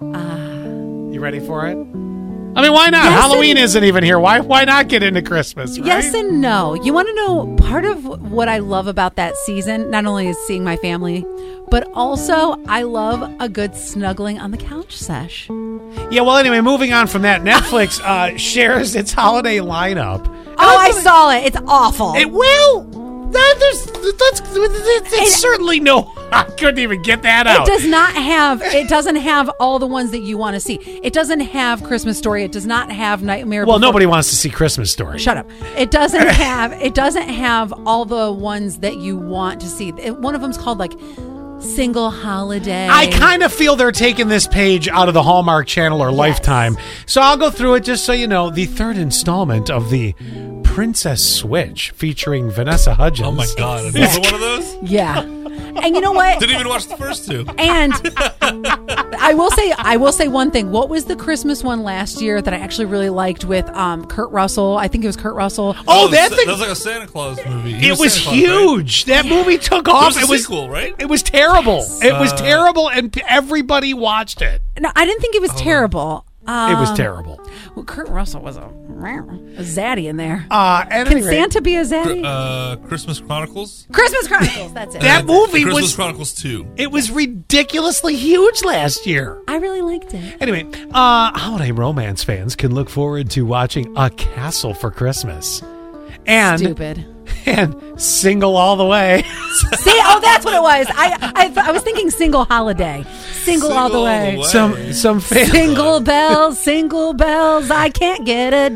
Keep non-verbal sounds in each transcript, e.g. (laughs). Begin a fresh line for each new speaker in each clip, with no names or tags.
You ready for it? I mean, why not?
Yes,
Halloween
and-
isn't even here. Why why not get into Christmas? Right?
Yes and no. You want to know part of what I love about that season, not only is seeing my family, but also I love a good snuggling on the couch sesh. Oh,
yeah. Well, anyway, moving on from that,
(laughs)
Netflix uh, shares its holiday lineup.
Oh, I saw it. It's awful.
It will. That, there's that's it's certainly no. (laughs) I couldn't even get that
It
out.
does not have it doesn't have all the ones that you want to see. It doesn't have Christmas Story. It does not have Nightmare
well,
Before-
nobody wants to see Christmas Story.
Shut up.
(laughs)
It doesn't have it doesn't have all the ones that you want to see. It- one of them's called like Single Holiday.
I kind of feel they're taking this page out of the Hallmark Channel or Lifetime. So I'll go through it just so you know. The third installment of the Princess Switch featuring Vanessa Hudgens.
Oh my god! Is this one of those?
Yeah. And you know
(laughs)
what?
Didn't even watch the first two.
And I will say, I will say one thing. What was the Christmas one last year that I actually really liked with um, Kurt Russell? I think it was Kurt Russell.
Oh, that
was,
thing.
that was like a Santa Claus movie. He
it was
Santa Claus, right?
huge. That movie took off.
It was a
it was
sequel, right? Uh,
It was terrible. It was terrible, and p- everybody watched it.
No, I didn't think it was terrible. Um,
Oh. it was terrible.
well, Kurt Russell was a, a zaddy in there.
Uh, at
Can
any rate,
Santa be a zaddy?
Uh, Christmas
uh,
Chronicles.
Christmas Chronicles. That's it.
that
The
movie
Christmas
was
Chronicles Two.
it was ridiculously huge last year.
I really liked it.
Anyway, uh, holiday romance fans can look forward to watching A Castle for Christmas. And
Stupid.
and single all the way. (laughs)
See, oh, that's what it was. I, I, th- I was thinking single holiday, single, all the way.
Single
Some some fans.
Single bells, single bells. I can't get a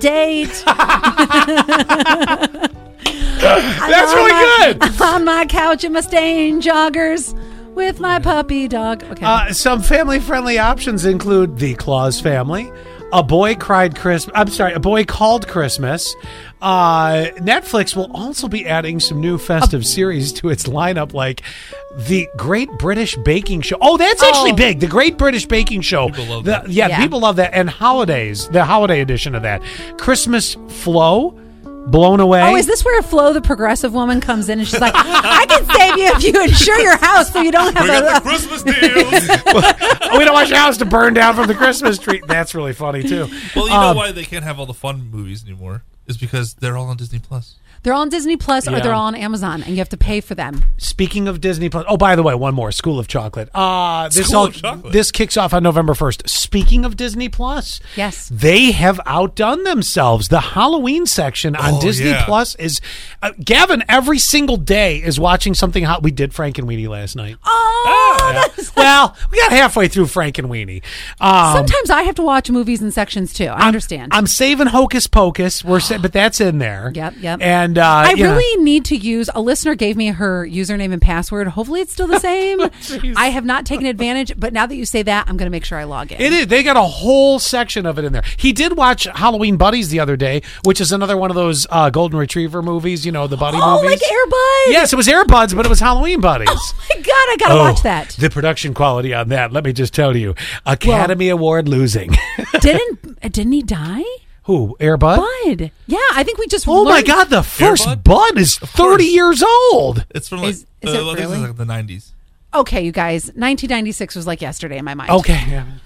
(laughs)
date.
That's
on
really
my-
good.
(laughs) On my couch in my stained joggers with my puppy dog. Okay.
Uh, some family-friendly options include the Claus family, A Boy Cried Christmas. I'm sorry, A Boy Called Christmas. Uh, Netflix will also be adding some new festive series to its lineup, like the Great British Baking Show. Oh, that's actually
Oh.
big. The Great British Baking Show.
People love
The-
that.
yeah,
Yeah.
people love that. And holidays, the holiday edition of that. Christmas Flow, Blown Away.
oh, is this where Flo, the progressive woman, comes in and she's like, I can save you if you insure your house so you don't have
We got the
a. (laughs)
Christmas deals.
Oh, we don't want your house to burn down from the Christmas tree. That's really funny
(laughs)
too.
well, you know
Um,
why they can't have all the fun movies anymore is because they're all on Disney Plus.
They're all on Disney Plus or
Yeah.
they're all on Amazon and you have to pay for them.
Speaking of Disney Plus, oh by the way, one more School of Chocolate. Uh this
School
all-
of Chocolate.
this kicks off on November first. Speaking of Disney Plus,
Yes.
they have outdone themselves. The Halloween section on
Oh,
Disney
yeah.
Plus is uh, Gavin. Every single day is watching something hot. We did Frank and Weenie last night.
Oh, (laughs)
Yeah.
that's-
well, we got halfway through Frank and Weenie. Um,
Sometimes I have to watch movies in sections too. I understand.
I'm saving Hocus Pocus. We're sa- but that's in there.
Yep, yep.
And uh,
I
you know.
really need to use. A listener gave me her username and password. Hopefully, it's still
(laughs)
the same.
Oh,
I have not taken advantage, but now that you say that, I'm going to make sure I log in.
It is. They got a whole section of it in there. He did watch Halloween Buddies the other day, which is another one of those uh, Golden Retriever movies, you know, the buddy
oh,
movies.
like Airbud.
Yes, it was Airbuds, but it was Halloween Buddies.
Oh my god, I gotta watch that.
(laughs) The production quality on that, let me just tell you Academy Award losing. (laughs)
didn't didn't he die?
Who? Airbud?
Bud. Yeah, I think we just.
Oh my
learned-
God, the first
Bud?
Bud is 30 years old.
It's from like,
Is- is it
uh, I think it's
really?
like the nineties.
Okay, you guys. 1996 was like yesterday in my mind.
Okay. yeah.